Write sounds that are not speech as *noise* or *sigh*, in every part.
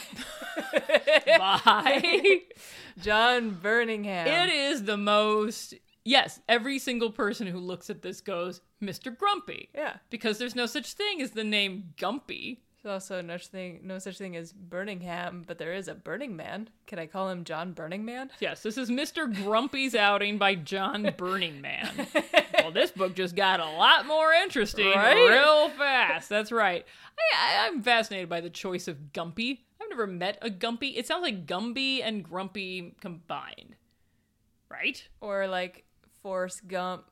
Bye. *laughs* John Birmingham. It is the most. Yes, every single person who looks at this goes, Mr. Grumpy. Yeah. Because there's no such thing as the name Gumpy. There's also no such thing, no such thing as Birmingham, but there is a Burning Man. Can I call him John Burning Man? Yes, this is Mr. Grumpy's outing by John Burning Man. well, this book just got a lot more interesting Right? real fast. That's right. I, I, I'm fascinated by the choice of Gumpy. I've never met a Gumpy. It sounds like Gumby and Grumpy combined, right? Or like Forrest Gump.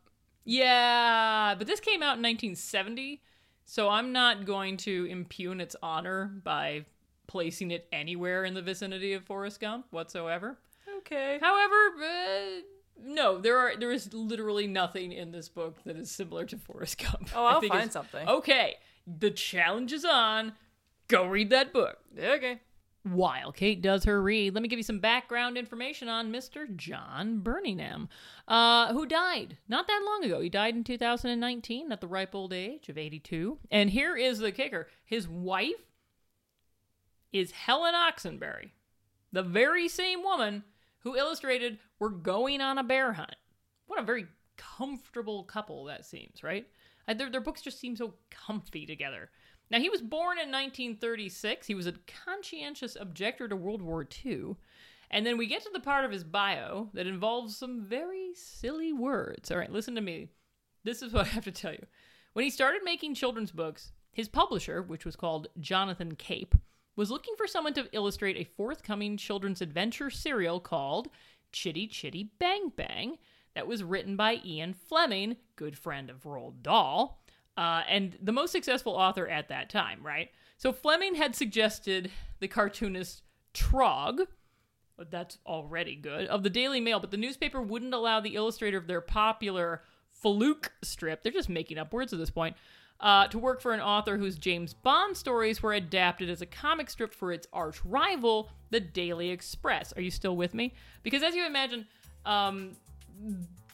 Yeah, but this came out in 1970, so I'm not going to impugn its honor by placing it anywhere in the vicinity of Forrest Gump whatsoever. Okay. However, uh, no, there are there is literally nothing in this book that is similar to Forrest *laughs* Gump. Oh, I I'll think find it's- something. Okay, the challenge is on. Go read that book. Okay. While Kate does her read, let me give you some background information on Mr. John Burningham, uh, who died not that long ago. He died in 2019 at the ripe old age of 82. And here is the kicker his wife is Helen Oxenberry, the very same woman who illustrated We're Going on a Bear Hunt. What a very comfortable couple that seems, right? Uh, Their, their books just seem so comfy together. Now, he was born in 1936. He was a conscientious objector to World War II. And then we get to the part of his bio that involves some very silly words. All right, listen to me. This is what *laughs* I have to tell you. When he started making children's books, his publisher, which was called Jonathan Cape, was looking for someone to illustrate a forthcoming children's adventure serial called Chitty Chitty Bang Bang that was written by Ian Fleming, good friend of Roald Dahl, uh, and the most successful author at that time, right? So Fleming had suggested the cartoonist Trog, but that's already good, of the Daily Mail, but the newspaper wouldn't allow the illustrator of their popular Faluke strip, they're just making up words at this point, uh, to work for an author whose James Bond stories were adapted as a comic strip for its arch rival, the Daily Express. Are you still with me? Because as you imagine, um,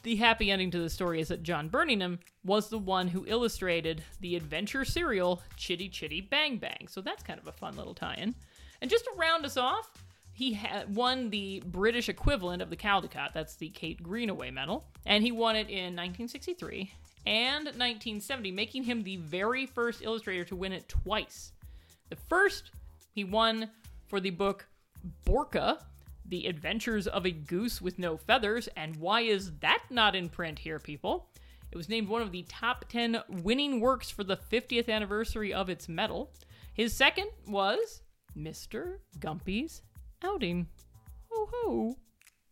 the happy ending to the story is that John Burningham was the one who illustrated the adventure serial Chitty Chitty Bang Bang. So that's kind of a fun little tie in. And just to round us off, he ha- won the British equivalent of the Caldecott, that's the Kate Greenaway medal, and he won it in 1963 and 1970, making him the very first illustrator to win it twice. The first he won for the book Borka, The Adventures of a Goose with No Feathers, and why is that not in print here, people? It was named one of the top 10 winning works for the 50th anniversary of its medal. His second was Mr. Gumpy's Outing. Ho ho.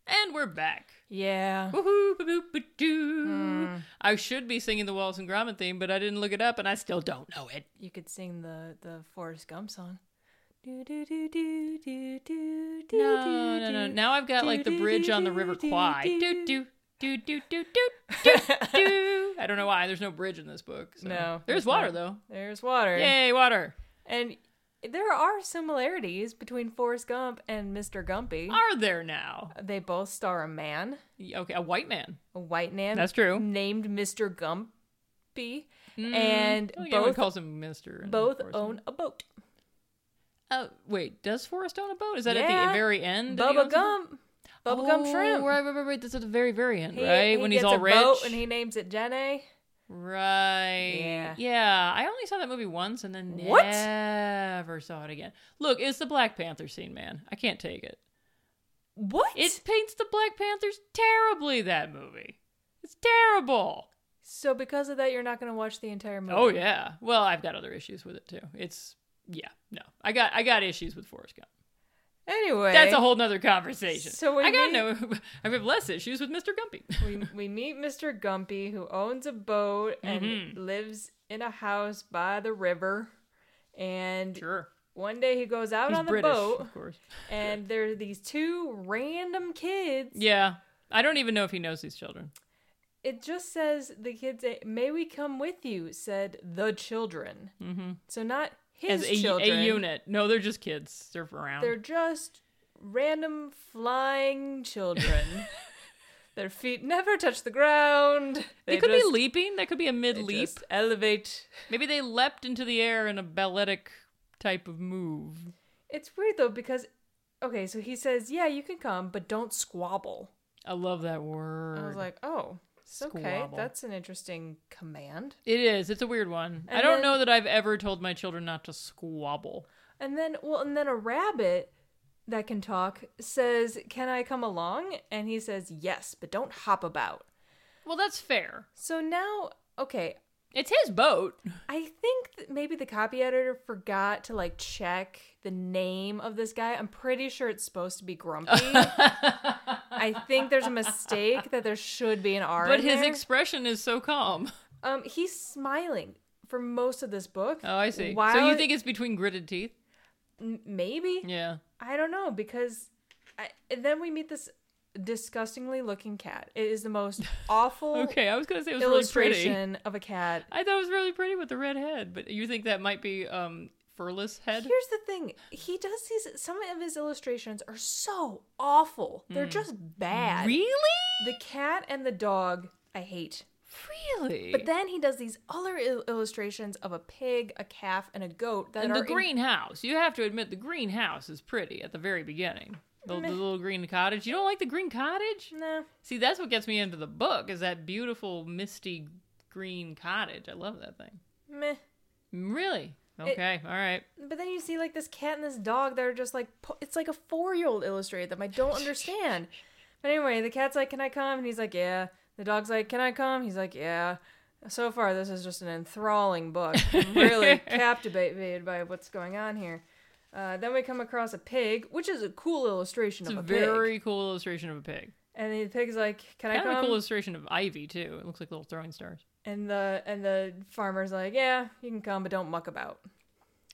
And we're back. Yeah. Woohoo, ba-boop, ba-doo. I should be singing the Wallace and Gromit theme, but I didn't look it up and I still don't know it. You could sing the the Forrest Gump song. Do do do do do do do. No, no, no. Now I've got like the bridge on the River Kwai. Do do do do do do *laughs* do. I don't know why. There's no bridge in this book. So. No, there's there's water not. though. There's water. Yay, water. And there are similarities between Forrest Gump and Mr. Gumpy. Are there now? They both star a man, Y- Okay, a white man. a white man. That's true. Hmm. Named Mr. Gumpy, and I don't think anyone both Oh, calls him Mister. and both Forrest own a boat. Oh wait, does Forrest own a boat? Is that at the Yeah. very end? that he Bubba owns a boat? Gum, Bubba Gum Oh, Shrimp. Right, right, right, right. That's at the very, very end, He- right? he when he's gets all a rich. boat and he names it Jenny. Right. Yeah. Yeah. I only saw that movie once and then What? never saw it again. Look, it's the Black Panther scene, man. I can't take it. What? It paints the Black Panthers terribly, that movie. It's terrible. so because of that, you're not going to watch the entire movie. Oh yeah. Well, I've got other issues with it too. It's yeah, no. I got I got issues with Forrest Gump. Anyway, That's a whole nother conversation. So we I got need- no *laughs* I have less issues with Mr. Gumpy. *laughs* we, we meet Mr. Gumpy, who owns a boat and Mm-hmm. lives in a house by the river. And sure. one day he goes out He's on the British, *laughs* boat, of course. and there are these two random kids. Yeah. I don't even know if he knows these children. It just says the kids, say, May we come with you, said the children. Mm-hmm. So not his as a, children. a unit. No, they're just kids. They're around. They're just random flying *laughs* children. Their feet never touch the ground. they, could just- be leaping. That could be a mid they leap. just elevate. Maybe they leapt into the air in a balletic type of move. It's weird though because okay, so he says, "Yeah, you can come, but don't squabble." I love that word. I was like, "Oh, it's okay. Squabble. That's an interesting command." it is. It's a weird one. I And don't then- know that I've ever told my children not to squabble. And then, well, and then a rabbit that can talk says, "Can I come along?" And he says, "Yes, but don't hop about." Well, that's fair. So now, okay, It's his boat. I think that maybe the copy editor forgot to like check the name of this guy. I'm pretty sure it's supposed to be *laughs* Grumpy. I think there's a mistake that there should be an R. But in his there. expression is so calm. *laughs* um, he's smiling for most of this book. Oh, I see. While So you think it's between gritted teeth? m- maybe? Yeah. I don't know because, I, and then we meet this disgustingly looking cat. It is the most *laughs* awful Okay, I was gonna say it was really pretty. illustration of a cat. I thought it was really pretty with the red head, but you think that might be um furless head? Here's the thing. He does these some of his illustrations are so awful. They're just bad. Hmm. Really? The cat and the dog I hate. Really? But then he does these other il- illustrations of a pig, a calf, and a goat that and are the in- greenhouse. You have to admit the greenhouse is pretty at the very beginning. The, the little green cottage. You don't like the green cottage? Nah. See, that's what gets me into the book is that beautiful misty green cottage. I love that thing. Meh. Really? Okay. All right. But then you see like this cat and this dog that are just like po- it's like a four year old illustrated them. I don't understand. but anyway, the cat's like, "Can I come?" And he's like, "Yeah." The dog's like, "Can I come?" He's like, "Yeah." So far, *laughs* this is just an enthralling book. I'm really captivated by what's going on here. Uh, then we come across a pig, which is a cool illustration It's of a a pig. very cool illustration of a pig. And the pig's like, um, "Can Kind I of a come?" cool illustration of Ivy too. It looks like little throwing stars. and the and the farmer's like, "Yeah, you can come, but don't muck about.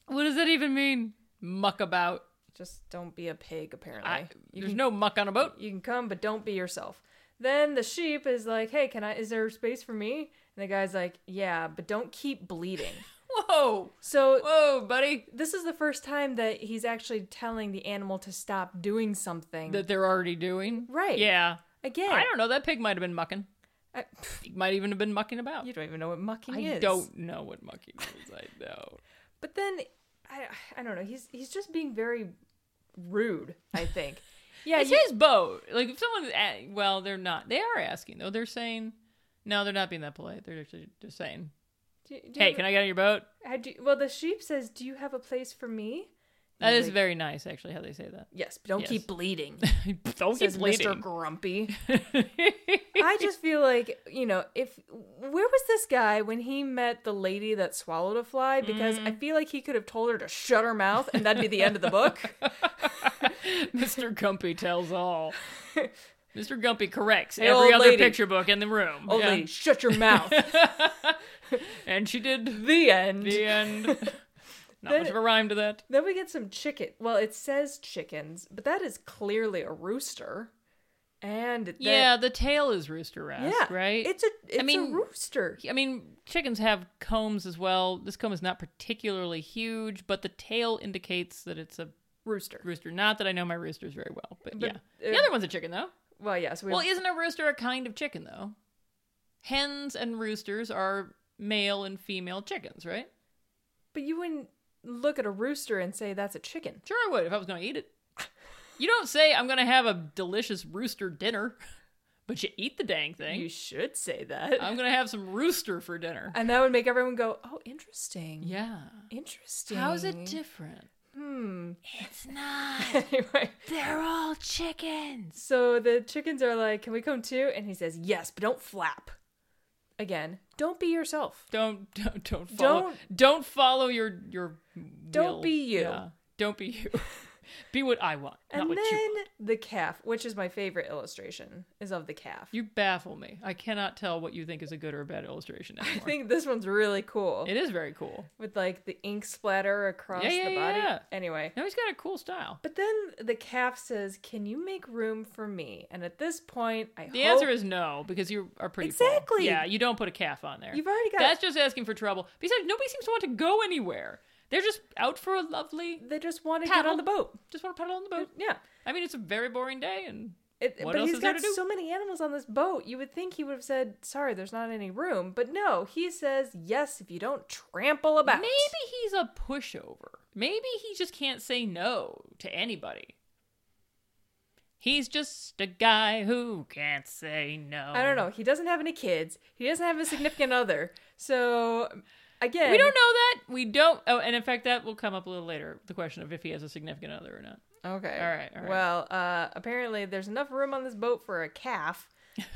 What does that even mean? Muck about. Just don't be a pig." Apparently, I, you there's can no muck on a boat. you can come, but don't be yourself. Then the sheep is like, "Hey, can I? Is there space for me?" And the guy's like, "Yeah, but don't keep *laughs* bleeding." Whoa, So whoa, buddy. this is the first time that he's actually telling the animal to stop doing something. That they're already doing. Right. Yeah. Again, I don't know. That pig might have been mucking. I- He might even have been mucking about. you don't even know what mucking I is. don't know what mucking is. I know. But then I I don't know. He's he's just being very rude. I *laughs* think. Yeah, It's you- his boat. Like if someone's a well, they're not. They are asking though. They're saying, no, they're not being that polite. They're actually just saying, do- do you hey, have- can I get on your boat? I do, well, the sheep says, "Do you have a place for me?" That He's is like, very nice, actually, how they say that. *laughs* yes. But *laughs* don't Yes. keep bleeding, Don't says keep Mister bleeding. Grumpy. *laughs* I just feel like you know, if where was this guy when he met the lady that swallowed a fly? Because I Mm. feel like he could have told her to shut her mouth, and that'd be the end of the book. *laughs* Mr. Gumpy tells *laughs* all. Mr. Gumpy corrects old every other lady. picture book in the room. Old Yeah. lady, shut your mouth. *laughs* And she did the end. *laughs* the end. Not Then- much of a rhyme to that. Then we get some chicken. Well, it says chickens, but that is clearly a rooster. And that- yeah, the tail is rooster ass, yeah, right? It's a it's mean- a rooster. I mean, chickens have combs as well. This comb is not particularly huge, but the tail indicates that it's a Rooster. rooster. Not that I know my roosters very well, but, But, yeah. uh, the other one's a chicken, though. Well, yes, we Well, isn't a rooster a kind of chicken, though? Hens and roosters are male and female chickens, right? but you wouldn't look at a rooster and say that's a chicken. Sure, I would if I was going to eat *laughs* it. You don't say, I'm going to have a delicious rooster dinner, *laughs* but you eat the dang thing. Um, You should say that. I'm going to have some rooster for dinner. and that would make everyone go, "Oh, interesting. Yeah. Interesting." How's it different? Hmm. *laughs* It's not. anyway, They're all chickens. so the chickens are like, "Can we come too?" And he says, "Yes, but don't flap." Again, don't be yourself. Don't don't don't follow. Don't- Don't, follow your your. Don't will. be you. Yeah. Don't be you. *laughs* be what I want, And not what you then want. the calf, which is my favorite illustration, is of the calf. You baffle me. I cannot tell what you think is a good or a bad illustration *laughs* I anymore. think this one's really cool it is very cool. with like the ink splatter across Yeah, yeah, the body. yeah. Anyway, No, he's got a cool style. but then the calf says, "Can you make room for me?" And at this point, I The hope answer is no because you are pretty full. Exactly. Yeah, you don't put a calf on there. you've already got. That's just asking for trouble. Besides, nobody seems to want to go anywhere. They're just out for a lovely. they just want to get Paddle. on the boat. Just want to paddle on the boat. Yeah. I mean, it's a very boring day, and It, What but else he's is there got to do? so many animals on this boat. You would think he would have said, "Sorry, there's not any room." But no, he says, "Yes, if you don't trample about." Maybe he's a pushover. Maybe he just can't say no to anybody. He's just a guy who can't say no. I don't know. He doesn't have any kids. He doesn't have a significant other. So again, We don't know that. We don't. Oh, and in fact, that will come up a little later. The question of if he has a significant other or not. know. Okay. All right, all right. Well, uh, apparently there's enough room on this boat for a calf,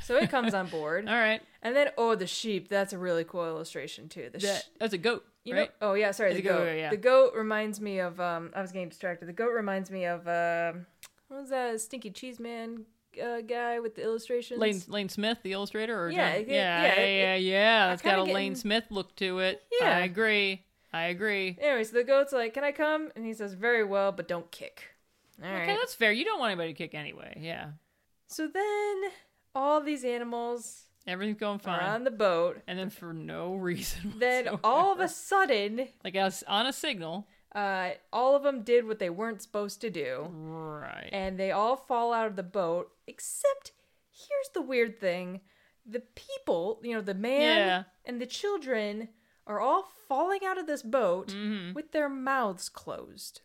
so it comes on board. *laughs* All right. And then oh, the sheep. That's a really cool illustration too. The sheep. That, that's a goat, You right? know, oh yeah, sorry, It's the a goat, goat. yeah. The goat reminds me of. Um, I was getting distracted. The goat reminds me of. um what was that Stinky Cheese Man uh, guy with the illustrations? Lane Lane Smith, the illustrator, or Yeah, John- it- yeah, yeah, yeah, it- yeah, yeah. That's got a kinda getting- Lane Smith look to it. Yeah. I agree. I agree. Anyway, so the goat's like, "Can I come?" And he says, "Very well, but don't kick." All right. okay, that's fair. You don't want anybody to kick anyway. Yeah, So then all these animals everything's going fine. are on the *laughs* boat. and then for no reason Then whatsoever. all *laughs* of a sudden, like as on a signal uh, all of them did what they weren't supposed to do, right *laughs* and they all fall out of the boat. Except, here's the weird thing: the people, you know, the man Yeah. and the children, are all falling out of this boat Mm-hmm. with their mouths closed.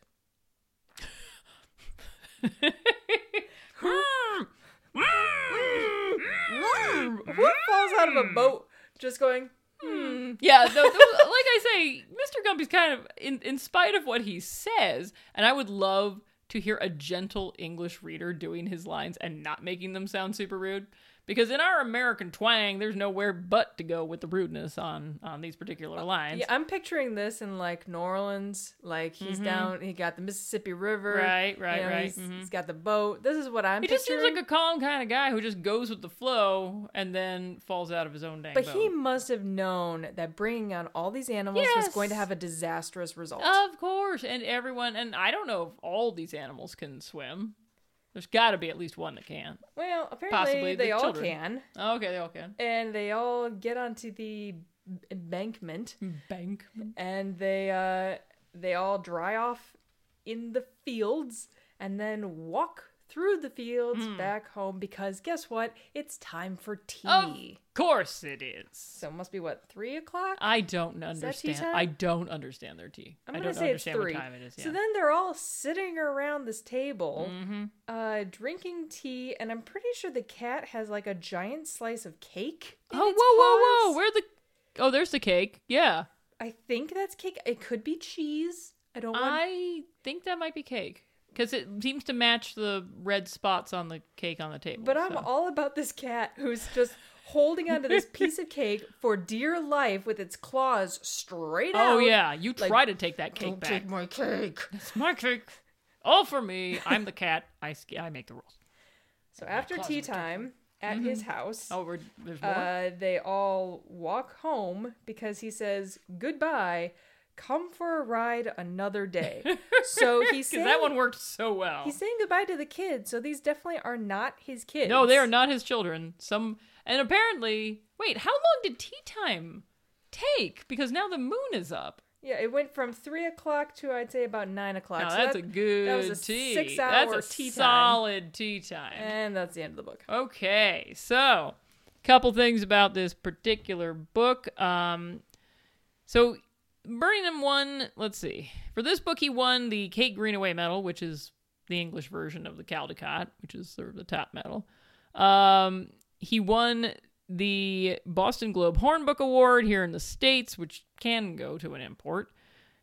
Who falls out of Mm. a boat just going? *laughs* yeah th- th- like i say mr gumpy's kind of in, in spite of what he says and i would love to hear a gentle english reader doing his lines and not making them sound super rude Because in our American twang, there's nowhere but to go with the rudeness on on these particular Uh, lines. Yeah, I'm picturing this in like New Orleans. Like he's down, he got the Mississippi River. Mm-hmm. Right, right, you know, right. he's- Mhm. he's got the boat. This is what I'm He just picturing. seems like a calm kind of guy who just goes with the flow and then falls out of his own dang but boat. he must have known that bringing on all these animals was going to Yes. Oh, have a disastrous result. Of course, and everyone, and I don't know if all these animals can swim. There's got to be at least one that can. well, apparently possibly the they all children. can, Okay, they all can. and they all get onto the embankment, Bank. and they uh, they all dry off in the fields, and then walk through the fields Hmm. back home because guess what? It's time for tea. Of course it is. So it must be what three o'clock? I don't that tea understand. time? I don't understand their tea. I'm I gonna don't say it's understand three. what time it is. Yeah. So then they're all sitting around this table, hmm uh, drinking tea, and I'm pretty sure the cat has like a giant slice of cake. in Oh, its whoa, whoa, whoa! paws. Where the? Oh, there's the cake. Yeah, I think that's cake. It could be cheese. I don't want. I think that might be cake because it seems to match the red spots on the cake on the table. But I'm so. all about this cat who's just holding onto *laughs* this piece of cake for dear life with its claws straight out. Oh yeah, you like, try to take that cake Don't back. take my cake. It's my cake. All for me. I'm the cat. I sk- I make the rules. So after claws tea are different. time at his house, Oh, we're, there's more. uh, they all walk home because he says goodbye. Come for a ride another *laughs* day. So he's Because saying that one worked so well. he's saying goodbye to the kids. So these definitely are not his kids. No, they are not his children. Some and apparently, wait, how long did tea time take? Because now the moon is up. Yeah, it went from three o'clock to I'd say about nine o'clock. Now So that's that- a good that was a tea. six-hour that's a tea time. solid tea time. and that's the end of the book. *laughs* Okay, so couple things about this particular book. Um, so Birmingham won. Let's see. For this book, he won the Kate Greenaway Medal, which is the English version of the Caldecott, which is sort of the top medal. Um, he won the Boston Globe Hornbook Award here in the states, which can go to an import.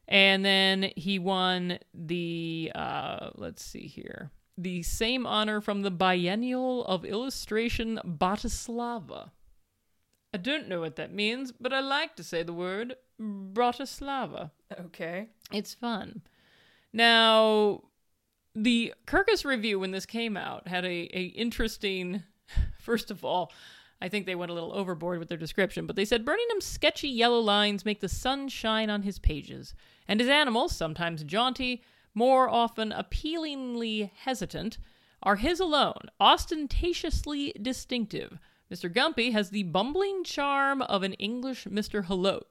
And then he won the, uh, let's see here, the same honor from the Biennial of Illustration Bratislava. I don't know what that means, but I like to say the word Bratislava. *laughs* Okay. It's fun. Now, the Kirkus review when this came out had a, a interesting. *laughs* First of all, I think they went a little overboard with their description, but they said Burningham's sketchy yellow lines make the sun shine on his pages, and his animals, sometimes jaunty, more often appealingly hesitant, are his alone, ostentatiously distinctive. Mr. Gumpy has the bumbling charm of an English Mr. Hello,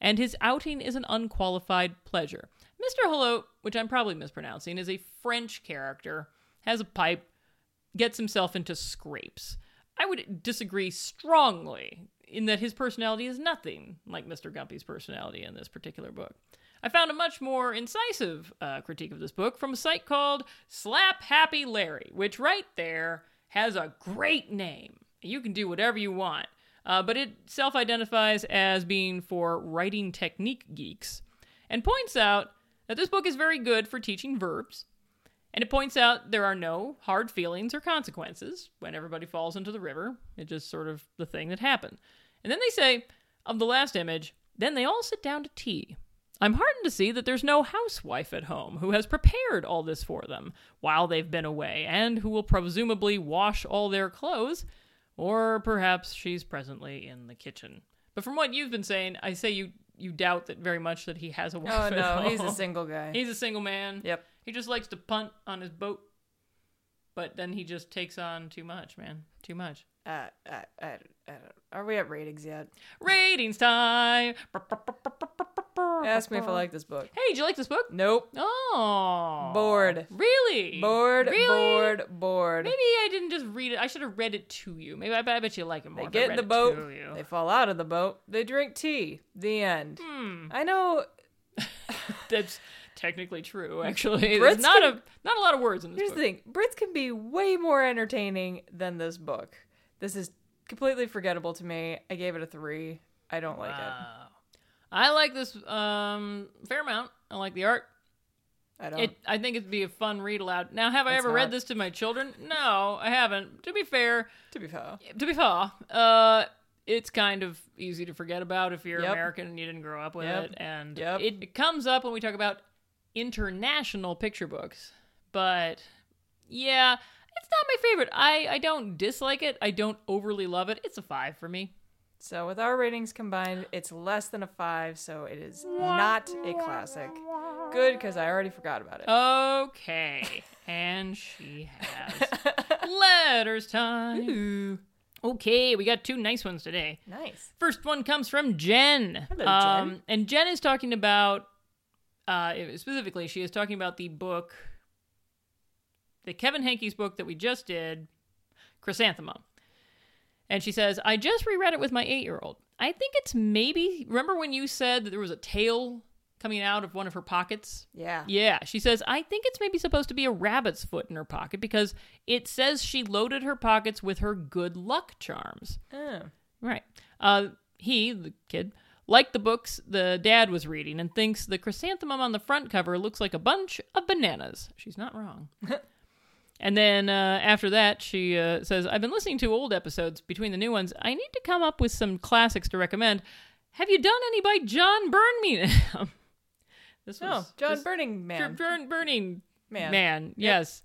and his outing is an unqualified pleasure. Mr. Hello, which I'm probably mispronouncing, is a French character, has a pipe, gets himself into scrapes. I would disagree strongly in that his personality is nothing like Mr. Gumpy's personality in this particular book. I found a much more incisive uh, critique of this book from a site called Slap Happy Larry, which right there has a great name. You can do whatever you want, uh, but it self identifies as being for writing technique geeks and points out that this book is very good for teaching verbs, and it points out there are no hard feelings or consequences when everybody falls into the river. It's just sort of the thing that happened. And then they say, of the last image, then they all sit down to tea. I'm heartened to see that there's no housewife at home who has prepared all this for them while they've been away and who will presumably wash all their clothes, or perhaps she's presently in the kitchen. But from what you've been saying, I say you you doubt that very much that he has a wife. Oh at no, he's a home. single guy. He's a single man. Yep. He just likes to punt on his boat, but then he just takes on too much, man. Too much. Uh, I, I, I don't, are we at ratings yet? Ratings time. Oh, Ask me if I like this book. Hey, did you like this book? Nope. Oh, Bored. Really? Bored, Really? bored, bored. Maybe I didn't just read it. I should have read it to you. Maybe I bet, I bet you like it more. They if I get in read the it to boat. you. They fall out of the boat. They drink tea. The end. Hmm. I know *laughs* That's technically true. Actually, Brits there's not can- a not a lot of words in this Here's book. the thing Brits can be way more entertaining than this book. This is completely forgettable to me. I gave it a three. I don't like Wow. I like this um, fair amount. I like the art. it. I don't. It, I think it'd be a fun read aloud. Now, have I It's ever read not. this to my children? No, I haven't. To be fair, to be fair, to be fair, uh, it's kind of easy to forget about if you're Yep. American and you didn't grow up with Yep. it. And Yep. it, it comes up when we talk about international picture books. But yeah, it's not my favorite. I, I don't dislike it. I don't overly love it. It's a five for me. so with our ratings combined, it's less than a five, so it is not a classic. Good, because I already forgot about it. *laughs* Okay. and she has *laughs* letters time. Okay, we got two nice ones today. nice. First one comes from Jen. Um, Hello, Jen. And Jen is talking about, uh, specifically, she is talking about the book, the Kevin Hankey's book that we just did, Chrysanthemum. And she says, I just reread it with my eight year old. I think it's maybe, remember when you said that there was a tail coming out of one of her pockets? Yeah. Yeah, she says, I think it's maybe supposed to be a rabbit's foot in her pocket because it says she loaded her pockets with her good luck charms. Oh. Right. Uh, he, the kid, liked the books the dad was reading and thinks the chrysanthemum on the front cover looks like a bunch of bananas. She's *laughs* not wrong. and then uh, after that, she uh, says, I've been listening to old episodes between the new ones. I need to come up with some classics to recommend. Have you done any by John Burnmingham? *laughs* this was No, Oh, John just- Burning Man. Burn, burning Man. *laughs* Yes.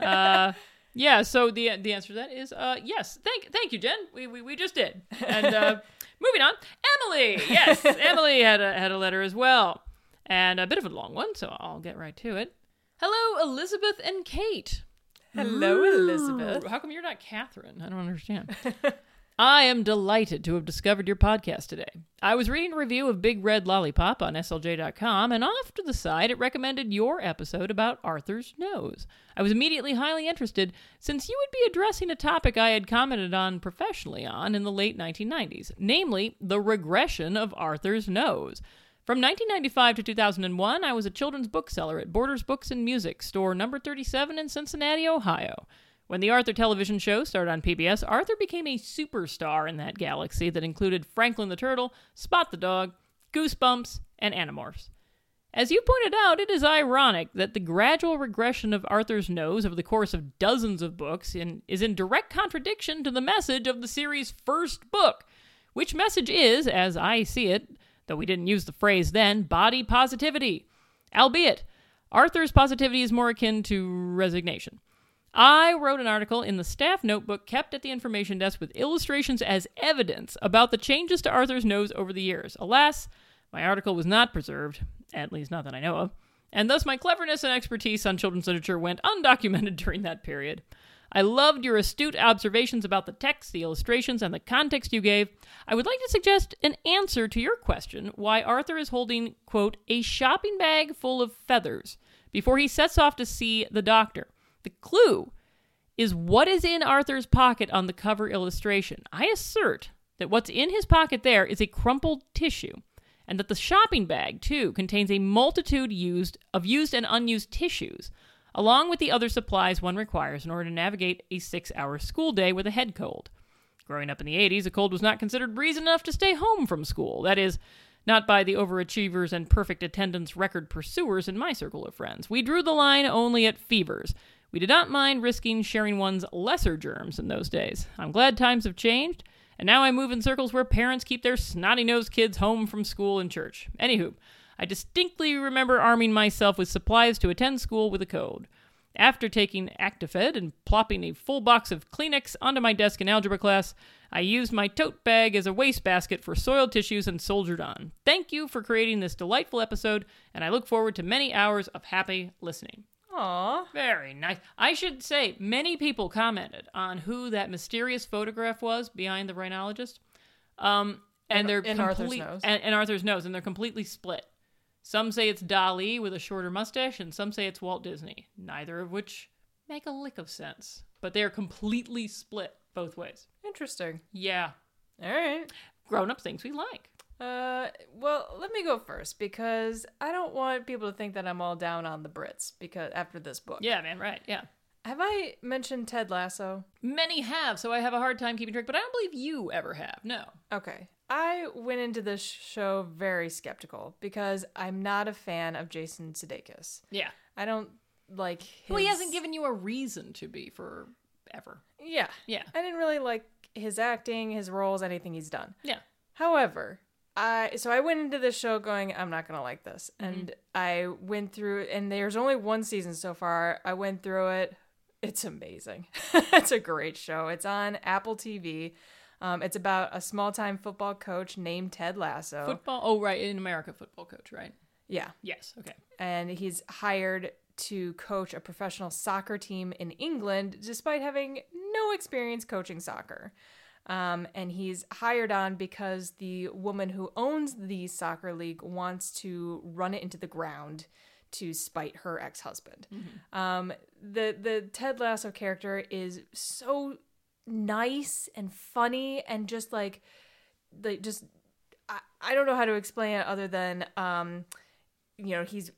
uh, yeah. So the the answer to that is uh, yes. Thank thank you, Jen. We we, we just did. And *laughs* uh, moving on, Emily. Yes, Emily had a had a letter as well, and a bit of a long one. So I'll get right to it. Hello, Elizabeth and Kate. Hello, Elizabeth. How come you're not Catherine? I don't understand. I am delighted to have discovered your podcast today. I was reading a review of Big Red Lollipop on SLJ.com, and off to the side, it recommended your episode about Arthur's nose. I was immediately highly interested since you would be addressing a topic I had commented on professionally on in the late 1990s, namely the regression of Arthur's nose. From 1995 to 2001, I was a children's bookseller at Borders Books and Music, store number 37 in Cincinnati, Ohio. When the Arthur television show started on PBS, Arthur became a superstar in that galaxy that included Franklin the Turtle, Spot the Dog, Goosebumps, and Animorphs. As you pointed out, it is ironic that the gradual regression of Arthur's nose over the course of dozens of books in, is in direct contradiction to the message of the series' first book, which message is, as I see it, though we didn't use the phrase then, body positivity. Albeit, Arthur's positivity is more akin to resignation. I wrote an article in the staff notebook kept at the information desk with illustrations as evidence about the changes to Arthur's nose over the years. Alas, my article was not preserved, at least not that I know of, and thus my cleverness and expertise on children's literature went undocumented *laughs* during that period. I loved your astute observations about the text, the illustrations, and the context you gave. I would like to suggest an answer to your question why Arthur is holding, quote, a shopping bag full of feathers before he sets off to see the doctor. The clue is what is in Arthur's pocket on the cover illustration. I assert that what's in his pocket there is a crumpled tissue, and that the shopping bag too contains a multitude used of used and unused tissues, along with the other supplies one requires in order to navigate a 6-hour school day with a head cold. Growing up in the 80s, a cold was not considered reason enough to stay home from school. That is, not by the overachievers and perfect attendance record pursuers in my circle of friends. We drew the line only at fevers. We did not mind risking sharing one's lesser germs in those days. I'm glad times have changed, and now I move in circles where parents keep their snotty nosed kids home from school and church. Anywho, I distinctly remember arming myself with supplies to attend school with a code. After taking Actifed and plopping a full box of Kleenex onto my desk in algebra class, I used my tote bag as a wastebasket for soiled tissues and soldiered on. Thank you for creating this delightful episode, and I look forward to many hours of happy listening. Aw. Very nice. I should say, many people commented on who that mysterious photograph was behind the rhinologist. Um, and they're in Arthur's complete, nose. And, and Arthur's nose, and they're completely split. Some say it's Dali with a shorter mustache, and some say it's Walt Disney. Neither of which make a lick of sense, but they are completely split both ways. Interesting. Yeah, All right. grown-up things we like. Uh, well, let me go first because I don't want people to think that I'm all down on the Brits because after this book. Yeah, man, right? Yeah. Have I mentioned Ted Lasso? Many have, so I have a hard time keeping track, but I don't believe you ever have. No. Okay. I went into this show very skeptical because I'm not a fan of Jason Sudeikis. Yeah. I don't like his. Well, he hasn't given you a reason to be for ever. Yeah. Yeah. I didn't really like his acting, his roles, anything he's done. Yeah. However, I so I went into this show going, I'm not gonna like this, and I went through, and there's only one season so far. I went through it. It's amazing. *laughs* it's a great show. It's on Apple TV. Um, it's about a small-time football coach named Ted Lasso. Football. Oh, right. In America, football coach, right? yeah, Yes. Okay. and he's hired to coach a professional soccer team in England despite having no experience coaching soccer. Um, and he's hired on because the woman who owns the soccer league wants to run it into the ground to spite her ex husband. Um, the the Ted Lasso character is so nice and funny and just like like just I, I don't know how to explain it other than um you know he's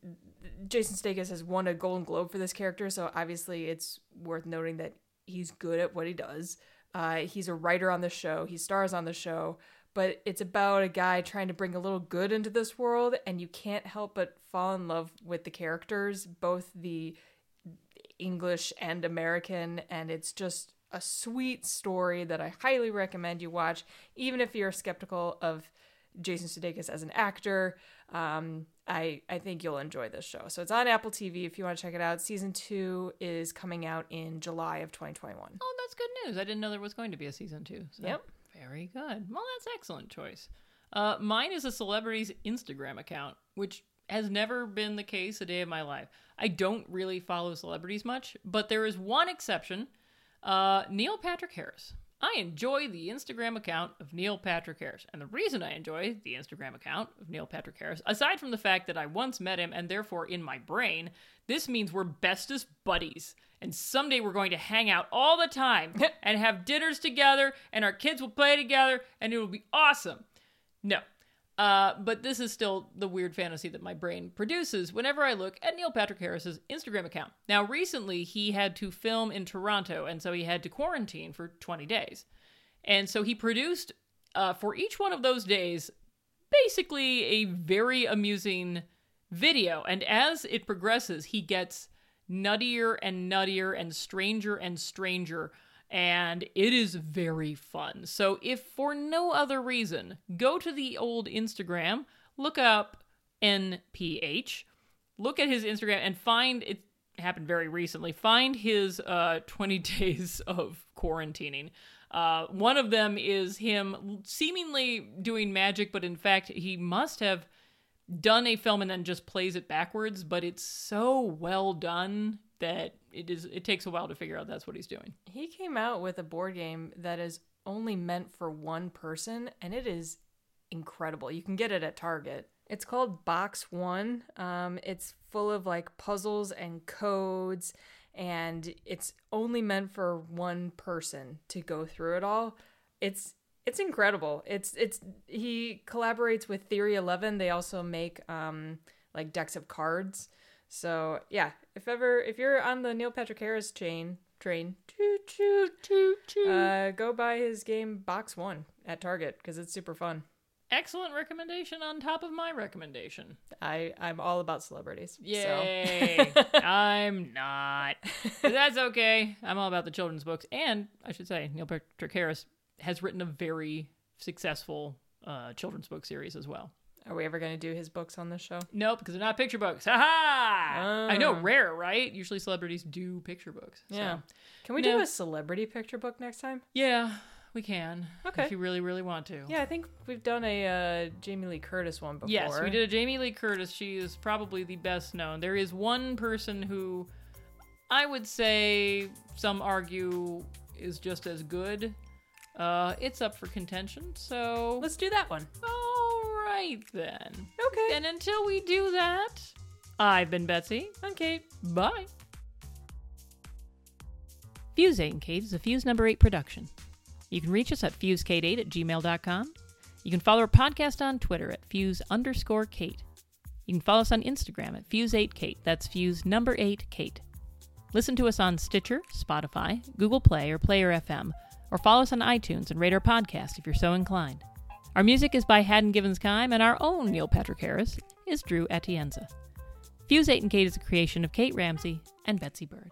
Jason Statham has won a Golden Globe for this character, so obviously it's worth noting that he's good at what he does. Uh, he's a writer on the show, he stars on the show, but it's about a guy trying to bring a little good into this world, and you can't help but fall in love with the characters, both the English and American, and it's just a sweet story that I highly recommend you watch, even if you're skeptical of Jason Sudeikis as an actor. Um, I I think you'll enjoy this show. So it's on Apple TV if you want to check it out. Season two is coming out in July of 2021. Oh, that's good news. I didn't know there was going to be a season two. So. Yep. Very good. Well, that's excellent choice. Uh, mine is a celebrity's Instagram account, which has never been the case a day of my life. I don't really follow celebrities much, but there is one exception uh, Neil Patrick Harris. I enjoy the Instagram account of Neil Patrick Harris. And the reason I enjoy the Instagram account of Neil Patrick Harris, aside from the fact that I once met him and therefore in my brain, this means we're bestest buddies. And someday we're going to hang out all the time and have dinners together, and our kids will play together, and it will be awesome. No. Uh, but this is still the weird fantasy that my brain produces whenever I look at Neil Patrick Harris's Instagram account. Now, recently he had to film in Toronto, and so he had to quarantine for 20 days. And so he produced uh, for each one of those days basically a very amusing video. And as it progresses, he gets nuttier and nuttier and stranger and stranger. And it is very fun. So, if for no other reason, go to the old Instagram, look up NPH, look at his Instagram, and find it happened very recently. Find his uh, *laughs* 20 days of quarantining. Uh, one of them is him seemingly doing magic, but in fact, he must have done a film and then just plays it backwards, but it's so well done that it is it takes a while to figure out that's what he's doing. He came out with a board game that is only meant for one person, and it is incredible. You can get it at Target. It's called Box One. Um, it's full of like puzzles and codes, and it's only meant for one person to go through it all. It's it's incredible. It's it's he collaborates with Theory Eleven. They also make um, like decks of cards. So yeah, if ever if you're on the Neil Patrick Harris chain train, choo choo choo choo, uh, go buy his game Box One at Target because it's super fun. Excellent recommendation on top of my recommendation. I I'm all about celebrities. *laughs* Yay. So. I'm not. But that's okay. I'm all about the children's books. And I should say, Neil Patrick Harris has written a very successful uh, children's book series as well. Are we ever gonna do his books on this show? Nope, because they're not picture books. Ha ha! I know, rare, right? Usually celebrities do picture books. so- Ah. Yeah. Can we No. do a celebrity picture book next time? Yeah, we can. Okay. If you really, really want to. Yeah, I think we've done a uh, Jamie Lee Curtis one before. Yes, we did a Jamie Lee Curtis. She is probably the best known. There is one person who I would say some argue is just as good. Uh, it's up for contention, so Let's do that one. all right then. Okay. And until we do that, I've been Betsy. I'm Kate. Bye. Fuse 8 and Kate is a Fuse number 8 production. You can reach us at fusekate8 at gmail.com. You can follow our podcast on Twitter at fuse underscore Kate. You can follow us on Instagram at fuse8kate. That's fuse number 8 Kate. Listen to us on Stitcher, Spotify, Google Play, or Player FM, or follow us on iTunes and rate our podcast if you're so inclined. Our music is by Haddon Givens Kime, and our own Neil Patrick Harris is Drew Atienza. Fuse 8 and Kate is a creation of Kate Ramsey and Betsy Bird.